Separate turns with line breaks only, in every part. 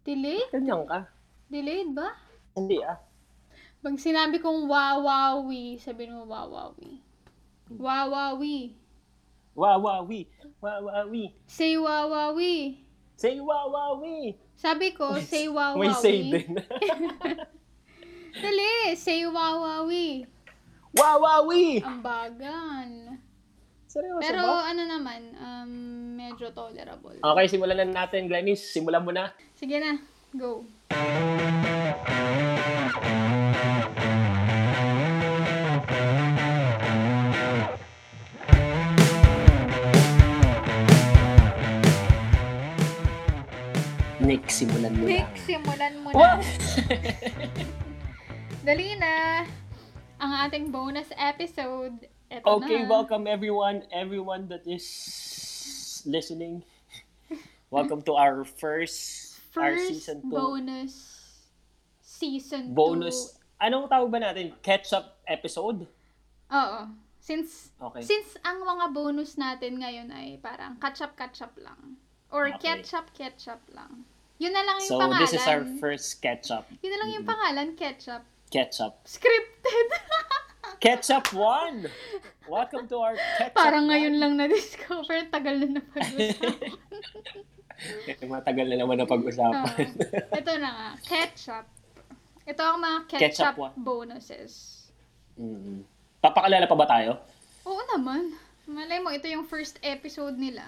Delayed?
Ganyan ka.
Delayed ba?
Hindi ah.
Pag sinabi kong wawawi, sabihin mo wawawi. Wawawi.
Wawawi. Wawawi.
Say wawawi.
Say wawawi.
Sabi ko, say wawawi.
May say din.
Dali, say wawawi.
wawawi!
Ang bagan.
Seryoso
Pero
ba? Ah.
ano naman, um, medyo tolerable.
Okay, simulan na natin, Glennis. Simulan mo na.
Sige na, go.
Nick, simulan mo
Nick,
na.
simulan mo
Wow!
na. Dali na. Ang ating bonus episode. Eto
Okay,
na.
welcome everyone, everyone that is listening. Welcome to our first, our
First
season 2
bonus season 2.
bonus. Anong tawag ba natin? Catch-up episode?
Oo. Since
Okay.
since ang mga bonus natin ngayon ay parang catch up catch up lang or
Okay.
catch up catch up lang. Yun na lang yung
So,
pangalan.
this is our first catch-up.
Yun na lang yung pangalan, catch up.
Catch-up.
Scripted.
Catch-up 1! Welcome to our catch-up
parang ngayon lang na discover, tagal na napag-usapan.
Matagal na naman na pag-usapan.
Ah, ito na nga, ketchup. Ito ang mga ketchup,
Ketchup what?
bonuses.
Mm. Papakalala pa ba tayo?
Oo naman. Malay mo, ito yung first episode nila.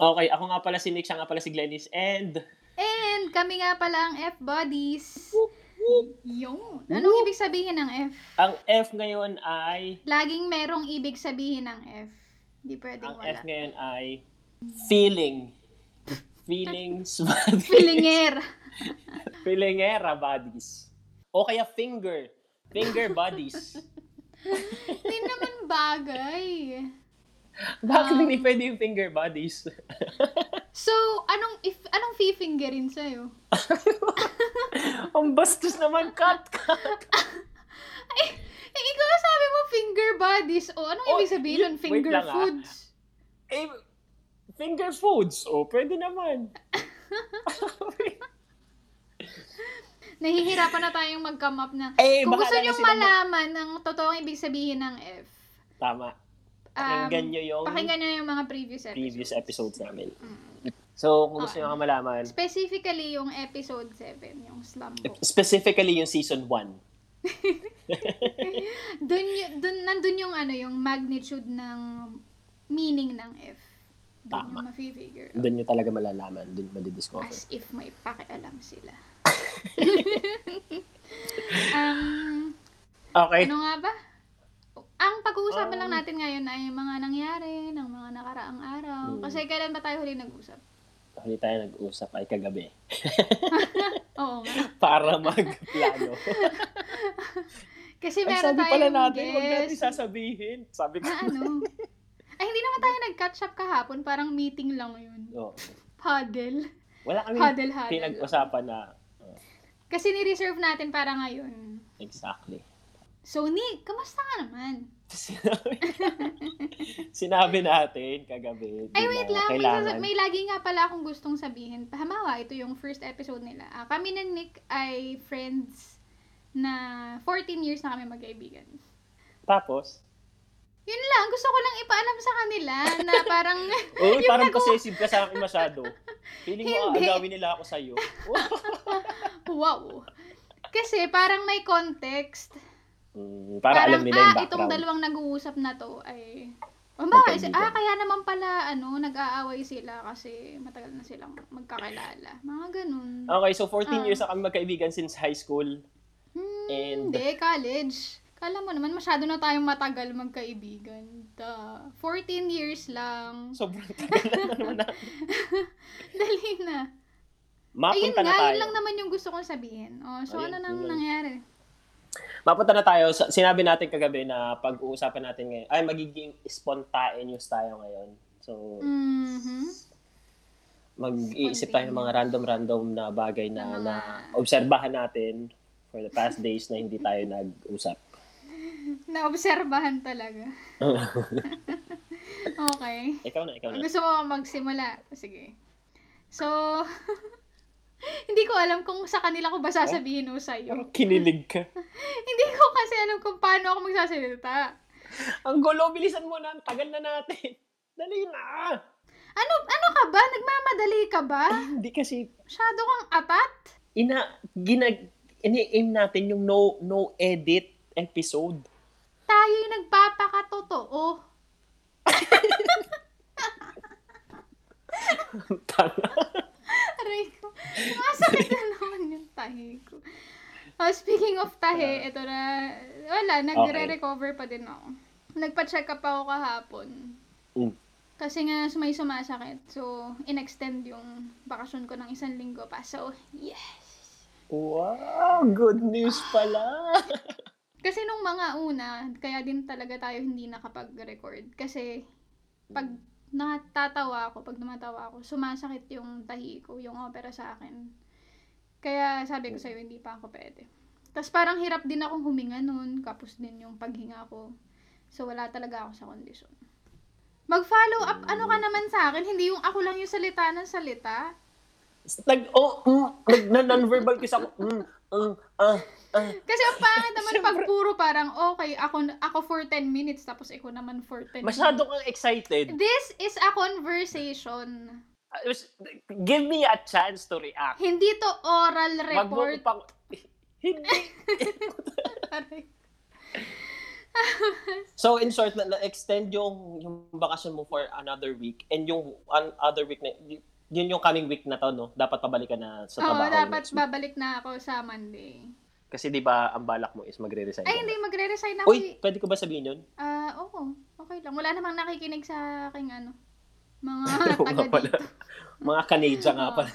Okay, ako nga pala si Nick, siya nga pala si Glennis, and...
And kami nga pala ang F-Buddies.
Whoop, whoop.
Yun. Anong ibig sabihin ng F?
Ang F ngayon ay...
Laging merong ibig sabihin ng F. Hindi pwedeng
Ang
wala.
F ngayon ay... Feeling. Feelings. buddies.
Filinger.
Feelingera buddies. O kaya finger. Finger buddies.
Hindi naman bagay.
Bakit hindi pwede yung finger buddies?
So, anong if anong fifingerin sa'yo?
Ang bastos naman, cut, cut.
Eh, eh, ikaw ang sabi mo finger buddies. O, anong
Oh,
ibig sabihin
yun-
ng
wait
finger
lang, ah.
foods?
Eh, finger foods. O, pwede naman.
Nahihirapan na tayong mag-come up na.
Eh,
Kung
baka
gusto
na
niyong
sila mag-
malaman ng totoong ibig sabihin ng F,
Tama.
um,
Pakinggan nyo yung
pakinggan Mm. niyo yung mga previous episodes.
previous episodes namin. So, kung gusto
Okay.
nyo ka malaman,
Specifically, yung episode 7, yung slump book.
specifically yung season 1.
Dun, y- dun, nandun yung ano, yung magnitude ng meaning ng F. Dun
Tama.
yung mafe-figure.
Doon nyo talaga malalaman. Doon madidiscover.
As if may pakialam sila. um,
Okay.
Ano nga ba? Ang pag-uusapan
Um.
lang natin ngayon ay mga nangyari ng mga nakaraang araw.
Hmm.
Kasi kailan ba tayo huli nag-usap?
Huli tayo nag-usap ay kagabi.
Oo nga.
Para magplano.
Kasi
Ay,
meron
sabi
tayong
pala natin, huwag natin
guest
sasabihin. Sabi ko.
na ano. Ay, hindi naman tayo nag-catch up kahapon. Parang meeting lang yun.
Oo.
Paddle.
Wala kami
Huddle, huddle.
pinag-usapan na
Kasi ni-reserve natin para ngayon.
exactly.
So, Nick, kamusta ka naman?
Sinabi, sinabi natin kagabi.
Ay,
di
wait lang.
na
May,
Kailangan.
sasa- may lagi nga pala akong gustong sabihin. Pahamawa, ito yung first episode nila. Ah, kami ni Nick ay friends na 14 years na kami magkaibigan.
Tapos,
Yun lang, gusto ko lang ipaalam sa kanila na parang...
Uy,
yung
parang
nag-
possessive ka sa akin masyado. Feeling mo
Hindi.
aagawin nila ako sa'yo.
Wow. Kasi parang may context.
Mm, para
Parang,
alam nila yung
ah, itong
background.
dalawang nag-uusap na to ay... Ang bakit?
Magkaibigan.
Ah, kaya naman pala, ano, nag-aaway sila kasi matagal na silang magkakilala. Mga ganun.
Okay, so 14
Ah.
years na kami magkaibigan since high school.
Hmm,
And-
Hindi, college. Kala mo naman, masyado na tayong matagal magkaibigan. Duh. 14 years lang.
Sobrang tagal na naman na.
Dali na. Ayun
Mapunta
nga,
na tayo.
yun lang naman yung gusto kong sabihin. Oh, so
Ayun,
ano nang
yun lang.
nangyari?
Mapunta na tayo. Sa- Sinabi natin kagabi na pag-uusapan natin ngayon, ay magiging spontaneous tayo ngayon. So,
Mhm.
mag-iisip tayo ng mga random-random na bagay na,
Ng mga-
na obserbahan natin for the past days na hindi tayo nag-usap.
Naobserbahan talaga. okay.
Ikaw na, ikaw na.
Gusto mo magsimula? Sige. So, Hindi ko alam kung sa kanila ko ba sasabihin o sa'yo.
Ang kinilig ka.
Hindi ko kasi alam kung paano ako magsasalita.
Ang gulo, bilisan mo na. Ang tagal na natin. Dali na.
Ano, ano ka ba? Nagmamadali ka ba?
Hindi kasi,
Masyado kang atat?
ina, ginag, ini-aim natin yung no, no edit episode.
Tayo yung nagpapakatotoo.
Tanga.
Aray ko. Masakit na naman yung tahi ko. Oh, speaking of tahi, ito na, wala, nagre-recover pa din ako. Nagpa-check up ako kahapon.
Mm.
Kasi nga may sumasakit. So, in-extend yung bakasyon ko ng isang linggo pa. So, yes.
wow, good news pala.
Kasi nung mga una, kaya din talaga tayo hindi nakapag-record. Kasi pag natatawa ako, pag tumatawa ako, sumasakit yung tahi ko, yung opera sa akin. Kaya sabi ko sa'yo, hindi pa ako pwede. Tapos parang hirap din akong huminga nun, kapos din yung paghinga ko. So wala talaga ako sa kondisyon. Mag-follow up, ano ka naman sa akin? Hindi yung ako lang yung salita ng salita.
Nag, oh, mm, nag, na non-verbal kiss ako. Mm, mm, ah, ah.
Kasi ang pangit naman pag puro parang, okay, ako, ako for 10 minutes, tapos ikaw naman for 10
Masyado kang excited.
This is a conversation.
Give me a chance to react.
Hindi to oral
Wag mo
report.
upang- Hindi. So, in short, na- na-extend yung, yung bakasyon mo for another week. And yung an- other week, na, y- yun yung coming week na to, no? Dapat pabalikan na sa
Oo,
trabaho.
dapat
next week.
babalik na ako sa Monday.
Kasi di ba, ang balak mo is magre-resign.
Ay,
ka
hindi,
na.
magre-resign ako.
Uy,
eh.
pwede ko ba sabihin yun?
Ah, oo. Okay lang. Wala namang nakikinig sa aking ano. Mga
Oo nga
taga
pala.
dito.
Mga Canadian nga
Oo.
pala.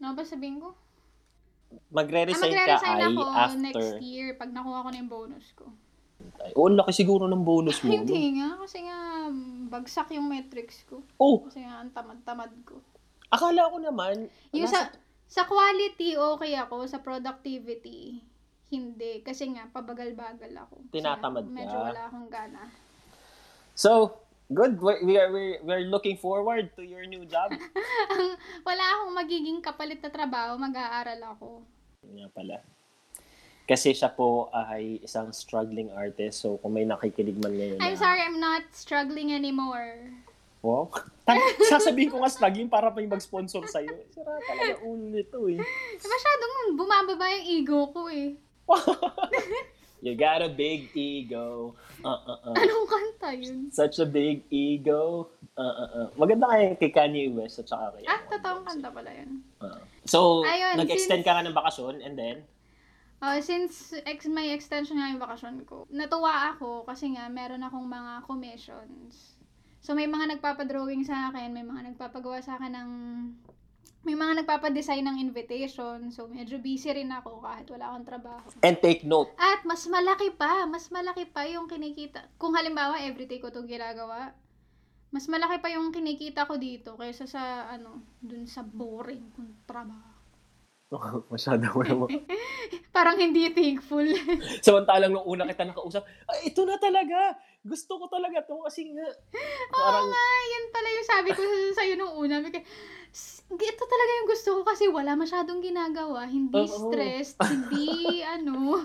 Ano ba sabihin ko? Ah,
magre-resign ka
magre-resign
ay
ako
after.
next year pag nakuha ko na yung bonus ko.
Ay, oh, laki siguro ng bonus mo. no?
Hindi nga, kasi nga mm, bagsak yung metrics ko.
Oh,
Kasi nga ang tamad-tamad ko.
akala ko naman.
Yung
nasa-
sa, sa quality, okay ako. Sa productivity, hindi. Kasi nga, pabagal-bagal ako. Kasi nga,
Tinatamad ka.
Medyo wala akong gana.
So, good. We we are we we're looking forward to your new job.
Wala akong magiging kapalit na trabaho, mag-aaral ako.
Yun nga pala. Kasi siya po ah, ay isang struggling artist. So, kung may nakikinig man ngayon
I'm
na,
sorry, I'm not struggling anymore.
Wow. Tang- sasabihin ko nga struggling para pa yung mag-sponsor sa'yo. Eh, Sira talaga ulo nito eh.
Masyadong bumababa yung ego ko eh.
You got a big ego. Uh, uh, uh.
Anong kanta yun?
Such a big ego. Uh, uh, uh. Maganda kaya kay Kanye West at saka kay...
Ah, totoong kanta pala yun.
Uh. So,
Ayun,
nag-extend ka nga ng bakasyon and then...
Oh, since ex may extension nga yung bakasyon ko, natuwa ako kasi nga meron akong mga commissions. So may mga nagpapadrawing sa akin, may mga nagpapagawa sa akin ng may mga nagpapadesign ng invitation. So medyo busy rin ako kahit wala akong trabaho.
And take note.
At mas malaki pa, mas malaki pa yung kinikita. Kung halimbawa everyday ko 'tong ginagawa, mas malaki pa yung kinikita ko dito kaysa sa ano, dun sa boring kong trabaho.
Masyado mo naman.
Parang hindi thankful.
Samantalang nung una kita nakausap, "Ay, ito na talaga. Gusto ko talaga to kasi nga.
Oo
Parang,
nga, yan pala yung sabi ko sa'yo nung una. Bigay, "S- Ito talaga yung gusto ko kasi wala masyadong ginagawa. Hindi
Oo.
stressed, hindi ano.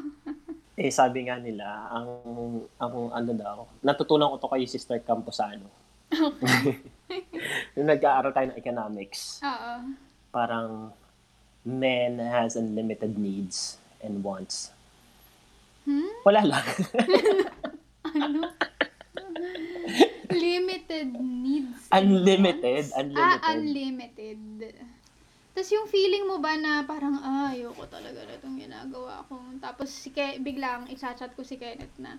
eh sabi nga nila, ang, ang ano daw, natutunan ko to kay Sister Camposano. Nung nag-aaral tayo ng economics,
Oo.
parang man has unlimited needs and wants.
Hmm?
Wala lang.
Ano? Limited needs.
unlimited,
Ah, unlimited.
unlimited.
Tapos yung feeling mo ba na parang, ah, ayoko talaga na itong ginagawa ko. Tapos si Ke, biglang chat ko si Kenneth na,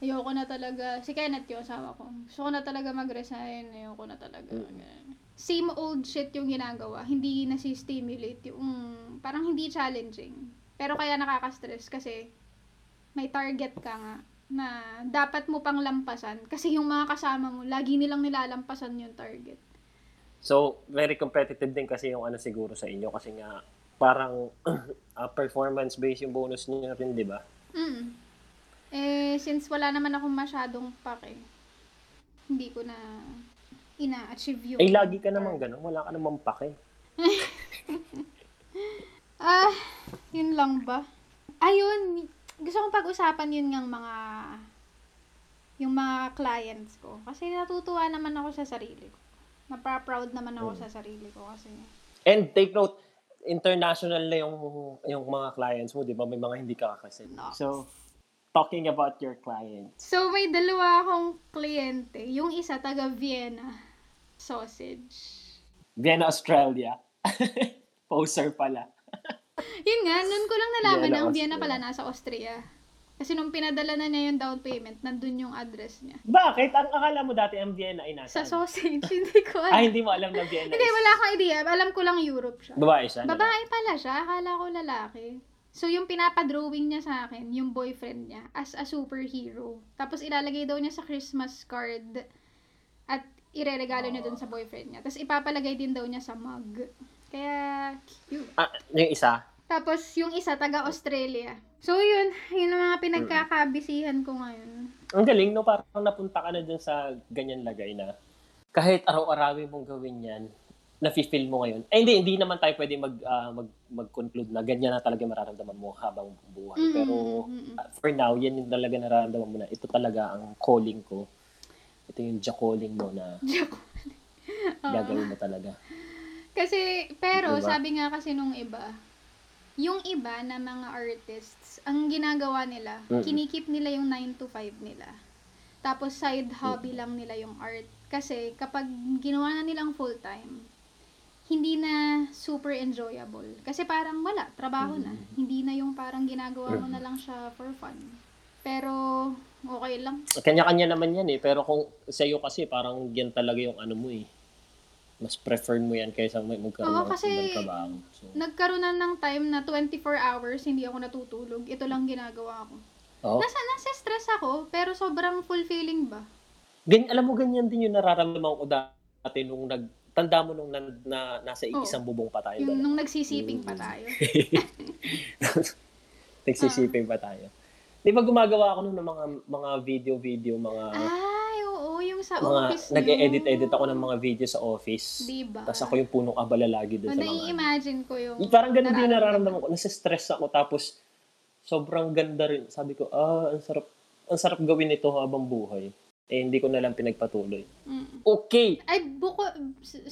ayoko na talaga, si Kenneth yung asawa ko, gusto ko na talaga mag-resign, ayoko na talaga.
Mm.
Ganun. Same old shit yung ginagawa, hindi nasi-stimulate yung, parang hindi challenging. Pero kaya nakaka-stress kasi may target ka nga na dapat mo pang lampasan kasi yung mga kasama mo, lagi nilang nilalampasan yung target.
So, very competitive din kasi yung ano siguro sa inyo kasi nga parang ah, performance-based yung bonus niya rin, di ba?
Mm. Eh, since wala naman akong masyadong pake, hindi ko na ina-achieve yun.
Eh, Ay, lagi ka naman ganun. Wala ka naman pake.
Ah, yun lang ba? Ayun, gusto kong pag-usapan yun ng mga yung mga clients ko. Kasi natutuwa naman ako sa sarili ko. Napaproud naman ako sa sarili ko kasi
And take note, international na yung, yung mga clients mo, di ba? May mga hindi ka kasi.
Nuts.
So, talking about your clients.
So, may dalawa akong kliyente. Yung isa, taga Vienna. Sausage.
Vienna, Australia. Poser pala.
Yun nga, noon ko lang nalaman
Vienna,
na ang Vienna
Austria.
pala nasa Austria. Kasi nung pinadala na niya yung down payment, nandun yung address niya.
Bakit? Ang akala mo dati ang Vienna ay
Sa
nasa? ano?
sausage, hindi ko alam.
ah, hindi mo alam na Vienna
Hindi,
is-
wala akong idea. Alam ko lang Europe siya.
Babae siya. ano?
Babae pala siya. Akala ko lalaki. So, yung pinapadrawing niya sa akin, yung boyfriend niya, as a superhero. Tapos, ilalagay daw niya sa Christmas card at ireregalo niya
Ah.
dun sa boyfriend niya. Tapos, ipapalagay din daw niya sa mug. Kaya, cute.
Ah, yung isa?
Tapos, yung isa, taga-Australia. So, yun. Yun ang mga pinagkakabisihan ko ngayon.
Ang galing, no? Parang napunta ka na dun sa ganyan lagay na kahit araw-arawin mong gawin yan, nafe-feel mo ngayon. Eh, hindi, hindi naman tayo pwede mag, ah, mag, mag-conclude na ganyan na talaga mararamdaman mo habang buhay.
Mm,
Pero
mm,
ah, for now, yan yung talaga nararamdaman mo na ito talaga ang calling ko. Ito yung jack calling mo na
Uh-huh.
gagawin mo talaga.
Kasi, pero
Diba?
sabi nga kasi nung iba, yung iba na mga artists, ang ginagawa nila,
Mm.
kinikip nila yung 9 to 5 nila. Tapos side hobby lang nila yung art. Kasi kapag ginawa na nilang full time, hindi na super enjoyable. Kasi parang wala, trabaho na. Hindi na yung parang ginagawa mo na lang siya for fun. Pero okay lang.
Kanya-kanya naman yan eh. Pero kung sa'yo kasi, parang yan talaga yung ano mo eh. Mas prefer mo yan kaysa mag- magkaroon
Oo,
ng
kasi-
ibang trabaho. So,
Nagkaroon na ng time na 24 hours, hindi ako natutulog. Ito lang ginagawa ko.
oo.
Nasa, nasa stress ako, pero sobrang fulfilling ba?
Gan, alam mo, ganyan din yung nararamdaman ko dati nung nag, tanda mo nung nan- na, nasa
Oo.
isang bubong pa tayo.
Yung
dalawa.
nung nagsisiping
Mm.
pa tayo.
Nagsisiping
ah.
pa tayo. Di ba gumagawa ako nun ng mga mga video-video, mga
Ay, oo, yung sa
mga
Ah, office
nag-edit-edit ako ng mga video sa office.
Diba?
Tapos ako yung punong abala lagi
O,
doon sa mga.
Ah, nai-imagine ko yung...
Parang ganun din yung nararamdaman ko. Nasa-stress ako tapos sobrang ganda rin. Sabi ko, ah, ang sarap, ang sarap gawin ito habang buhay. Eh, hindi ko na lang pinagpatuloy.
Mm.
Okay,
Ay, buko,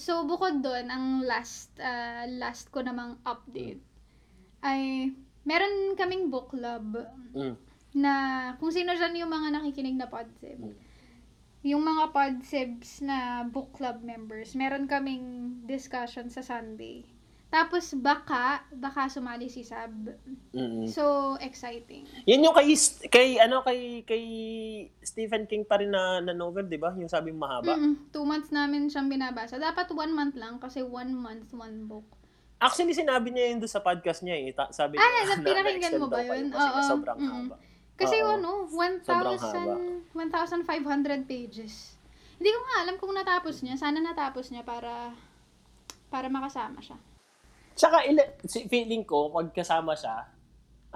so bukod doon, ang last, ah, last ko namang update ay meron kaming book club
Mm.
na kung sino dyan yung mga nakikinig na podsib.
Mm.
Yung mga podsibs na book club members, meron kaming discussion sa Sunday. Tapos baka, baka sumali si Sab.
Mm-mm.
So, exciting.
Yan yung kay kay ano kay kay Stephen King pa rin na, na novel, 'di ba? Yung sabing mahaba.
Mm, two months namin siyang binabasa. Dapat one month lang kasi one month, one book.
Actually sinabi niya yun doon sa podcast niya eh. Ta- sabi
Ah,
niya.
na- pinakinggan
na-extend
mo ba
daw pa
yun?
Kasi nga
Oo. Mm.
sobrang
Mm-mm.
haba.
Kasi
Oo.
ano,
Sobrang
1,000 1,500 pages. Hindi ko nga alam kung natapos niya. Sana natapos niya para para makasama siya.
Tsaka ila- si- feeling ko pag kasama siya,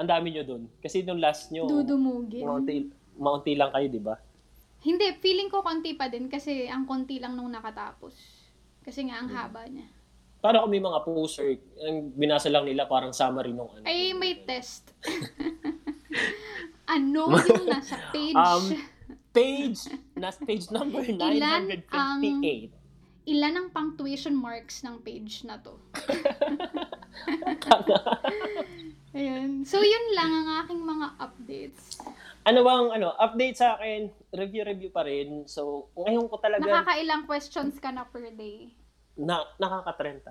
ang dami niyo doon. Kasi nung last niyo,
Dudumugin.
maunti, maunti lang kayo, 'di ba?
Hindi, feeling ko konti pa din kasi ang konti lang nung nakatapos. Kasi nga ang
Hmm.
haba niya.
Para kung may mga poster, ang binasa lang nila parang summary nung ano.
Ay, may test. ano yung nasa page?
Um, page, nas page number 958.
Ilan ang- Ilan ang punctuation marks ng page na to? Ayun. So, yun lang ang aking mga updates.
Ano bang ano, update sa akin, review-review pa rin. So, ngayon ko talaga
Nakakailang questions ka na per day.
na, nakaka-30.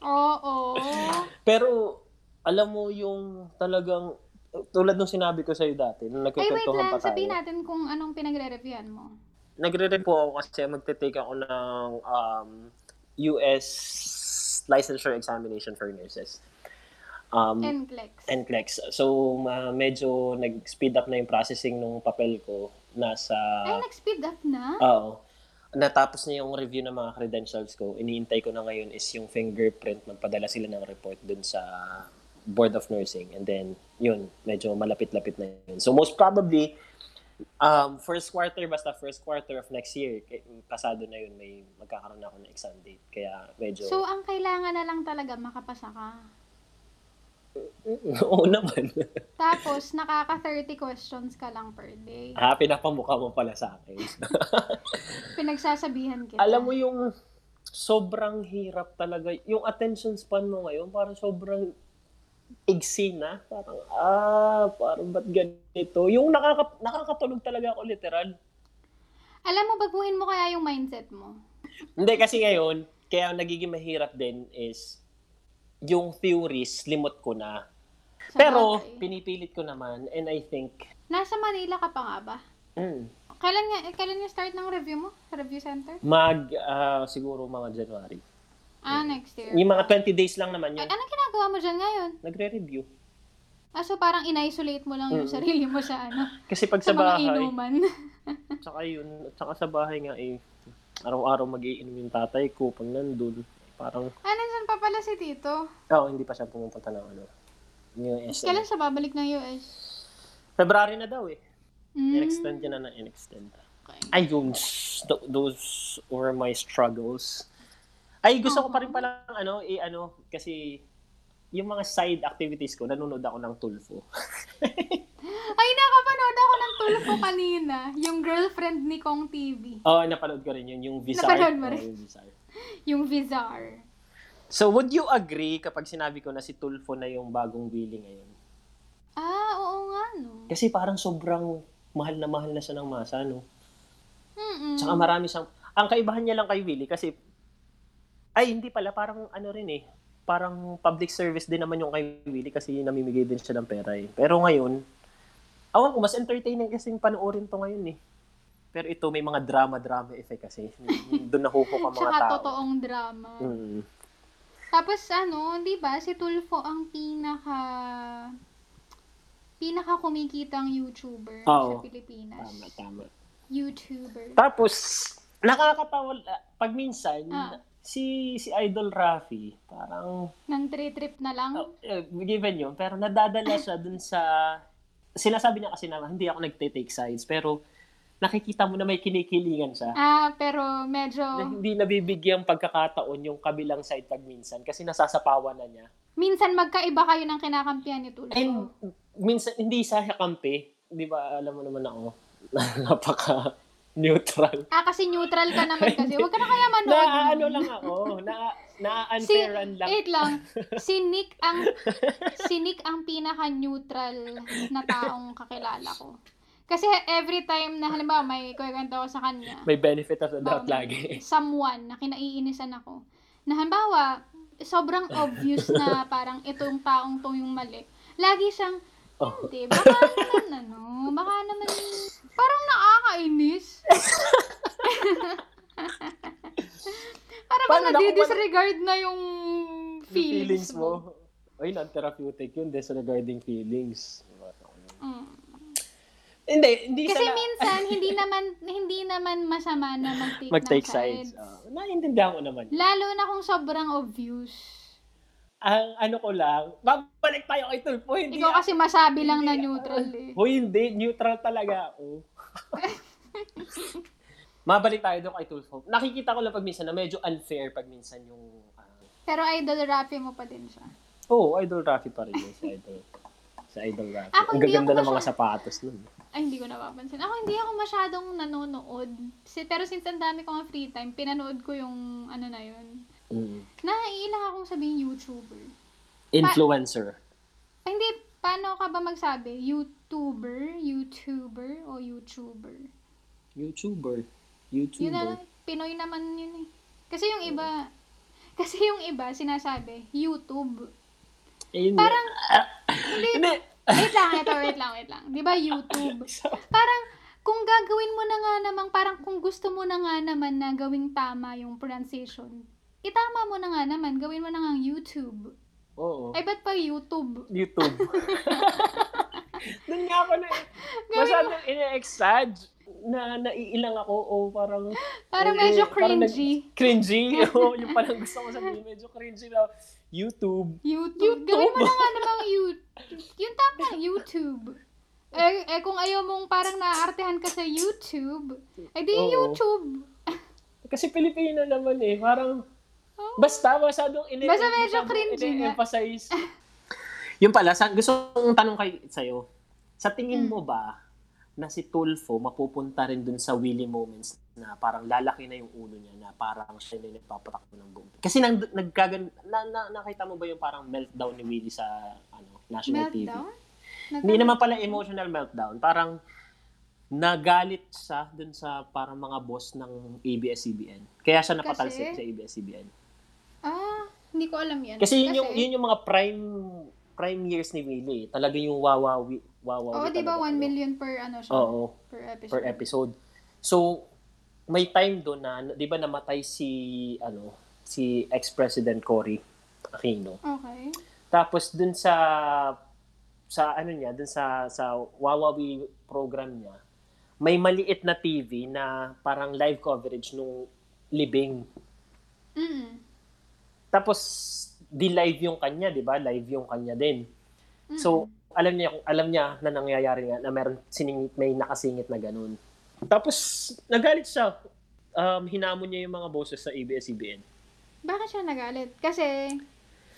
Oo.
Pero alam mo yung talagang tulad nung sinabi ko sa'yo dati, nung
Ay, wait
nagkukwentuhan
lang.
pa tayo.
Sabihin natin kung anong pinagre-reviewan mo.
Nagre-rep po ako kasi magte-take ako ng um, US licensure examination for nurses. Um,
NCLEX.
NCLEX. E So, ma- medyo nag-speed up na yung processing ng papel ko. Nasa...
Ay, nag-speed up na?
Oo. Natapos na yung review ng mga credentials ko. Iniintay ko na ngayon is yung fingerprint. Magpadala sila ng report dun sa Board of Nursing. And then, yun, medyo malapit-lapit na yun. So, most probably, um, first quarter, basta first quarter of next year, k- pasado na yun, may magkakaroon na ako ng exam date. Kaya medyo...
So, ang kailangan na lang talaga makapasa ka.
Oo naman.
Tapos, nakaka-30 questions ka lang per day.
ah, pinapamukha mo pala sa akin.
Pinagsasabihan kita.
Alam mo yung sobrang hirap talaga. Yung attention span mo ngayon, parang sobrang igsi na. Parang, ah, parang ba't ganito? Yung nakaka- nakakatulog talaga ako literal.
Alam mo, baguhin mo kaya yung mindset mo.
Hindi, kasi ngayon, kaya ang nagiging mahirap din is yung theories, limot ko na.
Sa
Pero,
bagay.
pinipilit ko naman and I think,
Nasa Manila ka pa nga ba?
mm,
Kailan nga, eh, kailan yung start ng review mo? Review center?
mag, ah, siguro mga January.
Ah, next year.
Yung mga 20 days lang naman
Ay, ah.
yun,
anong ginagawa mo dyan ngayon?
nagre-review.
Ah, so parang in-isolate mo lang yung
Mm.
sarili mo sa ano,
Kasi pag
sa,
sa,
mga
bahay,
inuman.
Tsaka yun, tsaka sa bahay nga eh, araw-araw magiinom yung tatay ko pag nandun. Parang,
ah, nandyan pa pala si Tito.
oh, hindi pa siya pumupunta ng ano. Yung SM.
Kailan siya babalik ng US?
February na daw eh.
Mm,
In-extend yun na ng in-extend.
okay.
Ayun, th- those were my struggles. Ay, gusto ko pa rin palang ano, eh, ano, kasi yung mga side activities ko, nanonood ako ng Tulfo.
Ay, nakapanood ako ng tulfo kanina. Yung girlfriend ni Kong TV.
Oh, napanood ko rin yun, yung Vizar.
Napanood mo rin?
Oh, yung Vizar.
Yung Vizar.
So, would you agree kapag sinabi ko na si Tulfo na yung bagong Willie ngayon?
Ah, oo nga, no.
Kasi parang sobrang mahal na mahal na siya ng masa, no?
Mm-mm.
Tsaka marami siyang... Ang kaibahan niya lang kay Willie kasi... Ay, hindi pala. Parang ano rin eh. Parang public service din naman yung kay Willie kasi namimigay din siya ng pera eh. Pero ngayon, awan ko, mas entertaining kasing panoorin to ngayon eh. Pero ito, may mga drama-drama effect kasi. Doon nahuhok ang mga
Tsaka
tao.
totoong drama.
Mm.
Tapos ano, 'di ba, si Tulfo ang pinaka pinaka kumikitang YouTuber sa
Oo.
Pilipinas.
Tama, tama.
YouTuber.
Tapos, nakakatawa. Pag minsan,
Ah.
si, si Idol Rafi, parang
Nang trip na lang.
Oh, eh, given yun, pero nadadala siya dun sa... Sinasabi niya kasi na hindi ako nagte-take sides, pero nakikita mo na may kinikilingan siya.
Ah, pero
Na
medyo
hindi nabibigyang pagkakataon yung kabilang side pag minsan kasi nasasapawan na niya.
minsan magkaiba kayo ng kinakampihan ni Tulfo.
And Oh. minsan, hindi siya kampi. Di ba, alam mo naman ako, napaka neutral.
ah, kasi neutral ka naman kasi. Huwag ka na kaya manood.
Na ano lang ako, na na-unfairan lang.
Wait lang. Si Nick ang si Nick ang pinaka-neutral na taong kakilala ko. Kasi every time na halimbawa may kwento ako sa kanya,
May benefit of the doubt
Um,
lagi.
someone na kinaiinisan ako. Na halimbawa, sobrang obvious na parang itong taong to yung mali. Lagi siyang,
Oh.
hindi, baka naman ano, baka naman, parang nakakainis. parang
Paano
Paano
na kung
nadidisregard na yung feelings,
feelings mo. Ay, non-therapeutic yun, disregarding feelings.
Mm.
Hindi, hindi
Kasi
sa-
minsan, hindi naman, hindi naman masama na mag-take,
mag-take
ng sides.
sides. Ah, naiintindihan ko naman.
Lalo na kung sobrang obvious.
Ang ano ko lang, babalik tayo kay Tulfo, hindi.
Ikaw
ah,
kasi masabi lang na
Hindi. ah.
neutral eh.
Hoy, hindi, neutral talaga ako. Mabalik tayo doon kay Tulfo. Nakikita ko lang pag minsan na medyo unfair pag minsan yung... ah,
Pero idol Rafi mo pa din siya.
Oo, oh, Idol Rafi pa rin yun, si Idol. si Idol Rafi.
Ako,
Ang
hindi
gaganda
ako
ng mga
masya-
sapatos nun.
Ay, hindi ko napapansin. Ako hindi ako masyadong nanonood. Si, pero since ang dami ko nga free time, pinanood ko yung ano na yun.
Mm.
Naiilang akong sabihin YouTuber.
Influencer.
Ay, hindi, paano ka ba magsabi? YouTuber, YouTuber, o YouTuber?
YouTuber.
Yun na
YouTuber.
lang, Pinoy naman yun eh. Kasi yung iba, kasi yung iba sinasabi, YouTube.
Ayun nga.
Parang,
Hindi.
wait lang, ito, wait lang, wait lang. Di ba YouTube? parang kung gagawin mo na nga naman, parang kung gusto mo na nga naman na gawing tama yung pronunciation, itama mo na nga naman, gawin mo na nga YouTube.
Oo.
Ay, ba't pa YouTube?
YouTube. Doon nga ako na,
Gawin
masyadong ina-exag na naiilang ako o parang...
Parang
eh,
medyo
parang nag-
cringy.
cringy? Oo, yung parang gusto ko sabihin, medyo cringy na YouTube.
YouTube.
YouTube.
Gawin mo na nga naman YouTube. Yung tama, YouTube. Eh, eh, kung ayaw mong parang naaartehan ka sa YouTube, eh di
Oo.
YouTube.
Kasi Pilipino naman eh, parang...
Oo.
Basta, masyadong ina-
Basta medyo
masyadong
cringy nga.
ine-emphasize. Yung pala, sa, gusto kong tanong kay, sa'yo, sa
Hmm.
tingin mo ba na si Tulfo mapupunta rin dun sa Willy Moments na parang lalaki na yung ulo niya na parang siya na yung nagpapatakbo ng buong. Kasi nang, nagkagan, na, na, nakita mo ba yung parang meltdown ni Willy sa ano, national TV?
Meltdown?
Hindi naman pala emotional meltdown. Parang nagalit siya dun sa parang mga boss ng ABS-CBN. Kaya siya napatalsik
Kasi?
sa ABS-CBN.
Ah, hindi ko alam yan.
Kasi yun, Yung, yun yung mga prime prime years ni Willie. eh. Talaga yung wawawi. wawawi
Oo, di ba 1
talaga, ano?
million per ano siya?
Oo,
Per episode.
per episode. So, may time doon na, di ba namatay si, ano, si ex-president Cory Aquino.
Okay.
Tapos dun sa, sa ano niya, dun sa, sa Wawawi program niya, may maliit na TV na parang live coverage nung libing
Mm.
Tapos, di live yung kanya, di ba? Live yung kanya din.
Mm.
So, alam niya, alam niya na nangyayari nga, na meron, sining, may nakasingit na ganun. Tapos, nagalit siya. Um, hinamon niya yung mga boses sa ABS-CBN.
Bakit siya nagalit? Kasi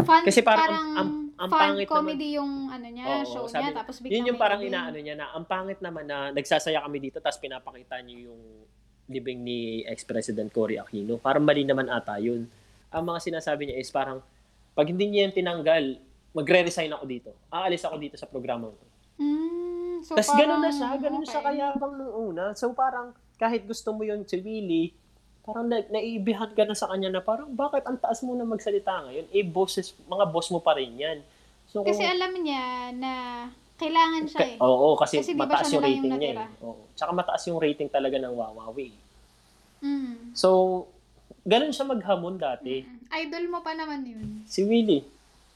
fun,
Kasi parang
parang
ang- ang
fun
pangit naman.
comedy yung ano niya,
Oo,
show niya,
sabi niya.
tapos biglang
Yun yung
may
parang
ibig.
inaano niya na, ang pangit naman na nagsasaya kami dito, tapos pinapakita niyo yung libing ni ex-president Cory Aquino. Parang mali naman ata yun. Ang mga sinasabi niya is parang, pag hindi niya yan tinanggal, magre-resign ako dito. Aalis ako dito sa programang to.
Mm, so
Tapos
parang-
gano'n na siya, gano'n siya
okay.
kayabang nung una. So parang kahit gusto mo yun si Willie, parang na, naiibihan ka na sa kanya na parang bakit ang taas mo na magsalita ngayon? Eh, bosses, mga boss mo pa rin yan. So,
Kasi ano, alam niya na kailangan siya eh.
Ka- oo, kasi,
Kasi di ba
mataas
siya na lang
yung
yung
rating niya.
natira?
Eh. Oo. Tsaka mataas yung rating talaga ng Wawawi. oh.
Mm.
So, ganun siya maghamon dati.
Idol mo pa naman yun.
Si Willie.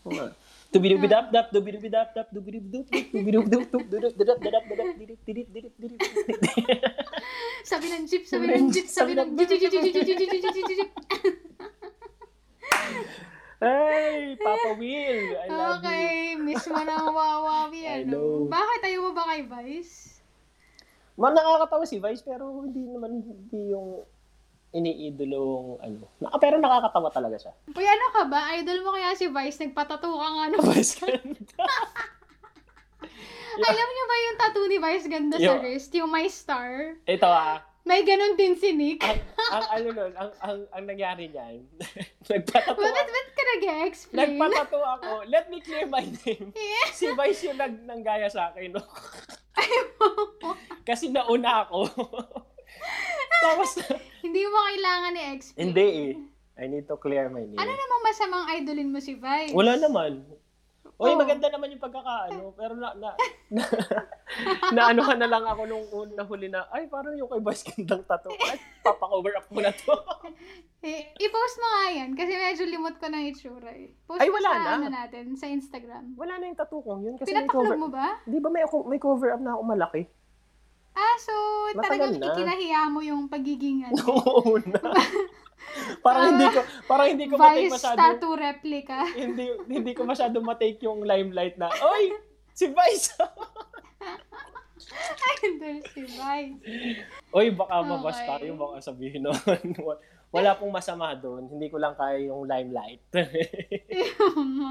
Oo nga. Tubidubidap-dap, dubidubidap-dap, dubidubidap, dubidubidap, dubidubidap, dap, dap, dap, dirip, dirip, dirip, dirip.
Sabi ng jeep, sabi ng jeep, sabi ng jeep, jeep, jeep, jeep, jeep, jeep, jeep, jeep, jeep, jeep.
Hey, Papa Will, I love you.
Okay, miss mo na ang wawawi,
I
ano?
know.
Bakit ayaw mo ba kay Vice?
Man, nakakatawa si Vice, pero hindi naman, hindi yung iniidolong, ano. Na- Pero nakakatawa talaga siya.
Uy, ano ka ba? Idol mo kaya si Vice? Nagpatato ka nga nung
Vice ganda.
Alam niyo ba yung tattoo ni Vice ganda sa
Yeah.
wrist? Yung my star?
Ito ah,
May ganun din si Nick.
ang, ang ano nun, ang, ang, ang nangyari niyan, nagpatato,
Wait, wait, wait, ka nag-explain?
nagpatato ako, let me clear my name. Si Vice yung nag, nanggaya sa akin. No? Kasi nauna ako. Tapos,
Hindi mo kailangan i-explain.
hindi eh. I need to clear my name.
Ano namang masamang idolin mo si Vice?
Wala naman. Oy,
Oo.
maganda naman yung pagkakaano, pero na na, na, na ano ka na lang ako nung un- nahuli na, ay parang yung kay Vice gandang tattoo. Ay, papakover up ko na to.
Eh, i-post mo nga yan kasi medyo limot ko ng itsura eh. Post
Ay,
mo
wala
sa
na.
ano natin, sa Instagram.
Wala na yung tattoo kong yun kasi may cover.
Pinataklog mo ba?
Di ba may, may cover up na ako malaki?
Ah, so talagang
Matagal na.
ikinahiya mo yung pagiging ano,
Oo na. parang hindi ko parang hindi ko matake
Vice
masyado
tattoo replica.
hindi hindi ko masyado matake yung limelight na. Oy, si Vice.
Idol si Vice.
Oy, baka mabas
Okay.
tayo, baka sabihin noon. Wala pong masama doon. Hindi ko lang kaya yung limelight.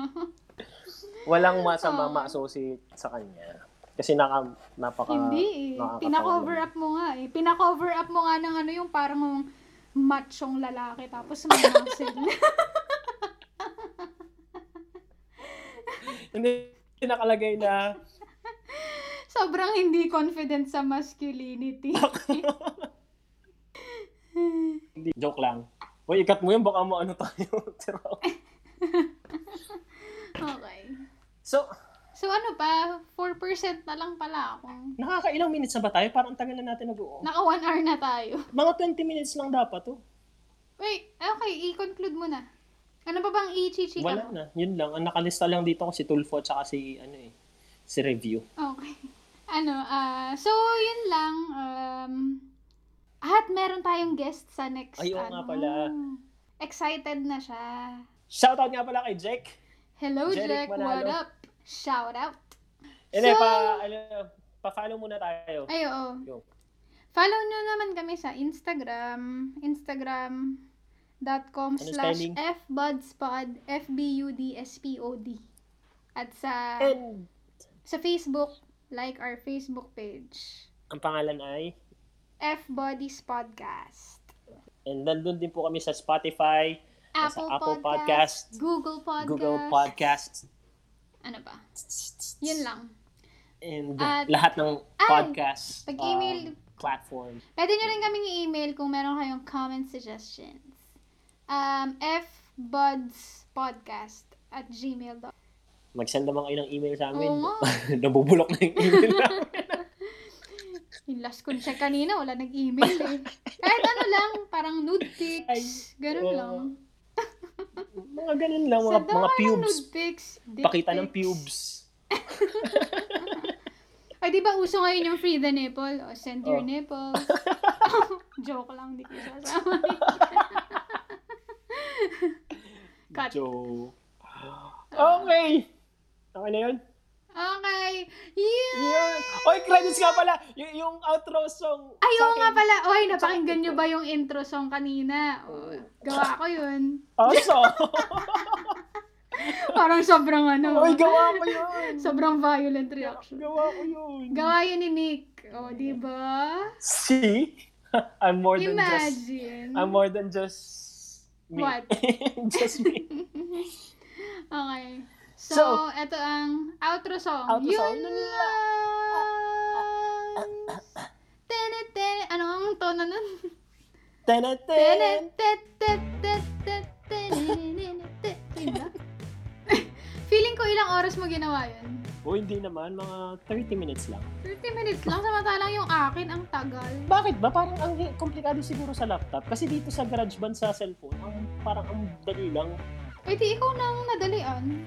Walang masama
Oo.
ma-associate sa kanya. Kasi naka, napaka...
Hindi eh.
nakakatawa
Pinakover
lang.
up mo nga eh. Pinakover up mo nga ng ano yung parang yung machong lalaki tapos may muscle.
Hindi nakalagay na
Sobrang hindi confident sa masculinity.
Hindi, joke lang. Uy, ikat mo yun, baka mo ano tayo. Tiro.
okay.
so,
So ano pa, 4% na lang pala ako.
nakakailang minutes na ba tayo? Parang tagal na natin nag-uong.
Naka 1 hour na tayo.
Mga 20 minutes lang dapat, oh.
Wait, okay, i-conclude mo na. Ano pa bang i-chichika
Wala
mo?
na. Yun lang. Ang nakalista lang dito ko si Tulfo at saka si, ano eh, si Review.
Okay. Ano, ah, so yun lang. Um, at meron tayong guest sa next,
Ay, oo
ano.
nga pala.
Excited na siya.
Shoutout nga pala kay Jake.
Hello, Jack.
Jeric
What
Manalo.
up? Shout out.
And then,
So-
pa, ano, pa-follow muna tayo.
Ay, oo.
Yo.
Follow nyo naman kami sa Instagram. Instagram.com
Ano
slash
spelling?
fbudspod F-B-U-D-S-P-O-D. At sa
And
sa Facebook, like our Facebook page.
ang pangalan ay
F Bodies Podcast.
and nandun din po kami sa Spotify, sa
Apple,
Apple
Podcast,
Podcast,
Google Podcast,
Google Podcasts,
Ano ba? Yun lang.
and
At-
lahat ng
Ay!
podcast
Pag-email-
um, platform.
Pwede nyo rin kaming i-email kung meron kayong comment suggestions. Um, fbudspodcast at gmail.com
Mag-send naman kayo ng email sa amin.
Oo nga.
Nabubulok na yung email namin.
Yung last kong check kanina, wala nag-email eh. Kahit ano lang, parang nude pics. Ganun
oo.
lang.
mga ganun lang, mga,
dami
mga
ng
pubes.
nude pics, dick
Pakita ng
pics.
pubes.
Ay, di ba uso ngayon yung free the nipple? O, send your
Oh.
nipples. Joke lang, di ko sasama. Cut. Ah.
Joe. Okay. Okay na yun?
Okay. Yeah!
Yun. Oy, credits nga pala. Y- yung outro song.
Ay,
sa
oo
akin.
nga pala. Oy, napakinggan nyo ba yung intro song kanina? O, gawa ko yun.
Also.
Parang sobrang ano.
Oy, gawa ko yun.
Sobrang violent reaction.
Gawa ko yun.
Gawa yun ni Nick. O, di ba?
See? I'm more than just...
Imagine.
I'm Ah, more than just... Me.
What?
just me.
Okay. So,
So,
eto ang outro song.
outro
Yun
song. Ano
lang. Tene, tene. Ano ang tono nun? Tene,
Tanaten.
te, te, te, te, tene, nene, te. Yun ba? Feeling ko ilang oras mo ginawa yun.
Oh, hindi naman. Mga 30 minutes lang.
30 minutes lang, samantalang yung akin, ang tagal.
Bakit ba? Parang ang hi- komplikado siguro sa laptop. Kasi dito sa GarageBand sa cellphone, ang, parang ang dali lang.
Eh di ikaw nang nadalian.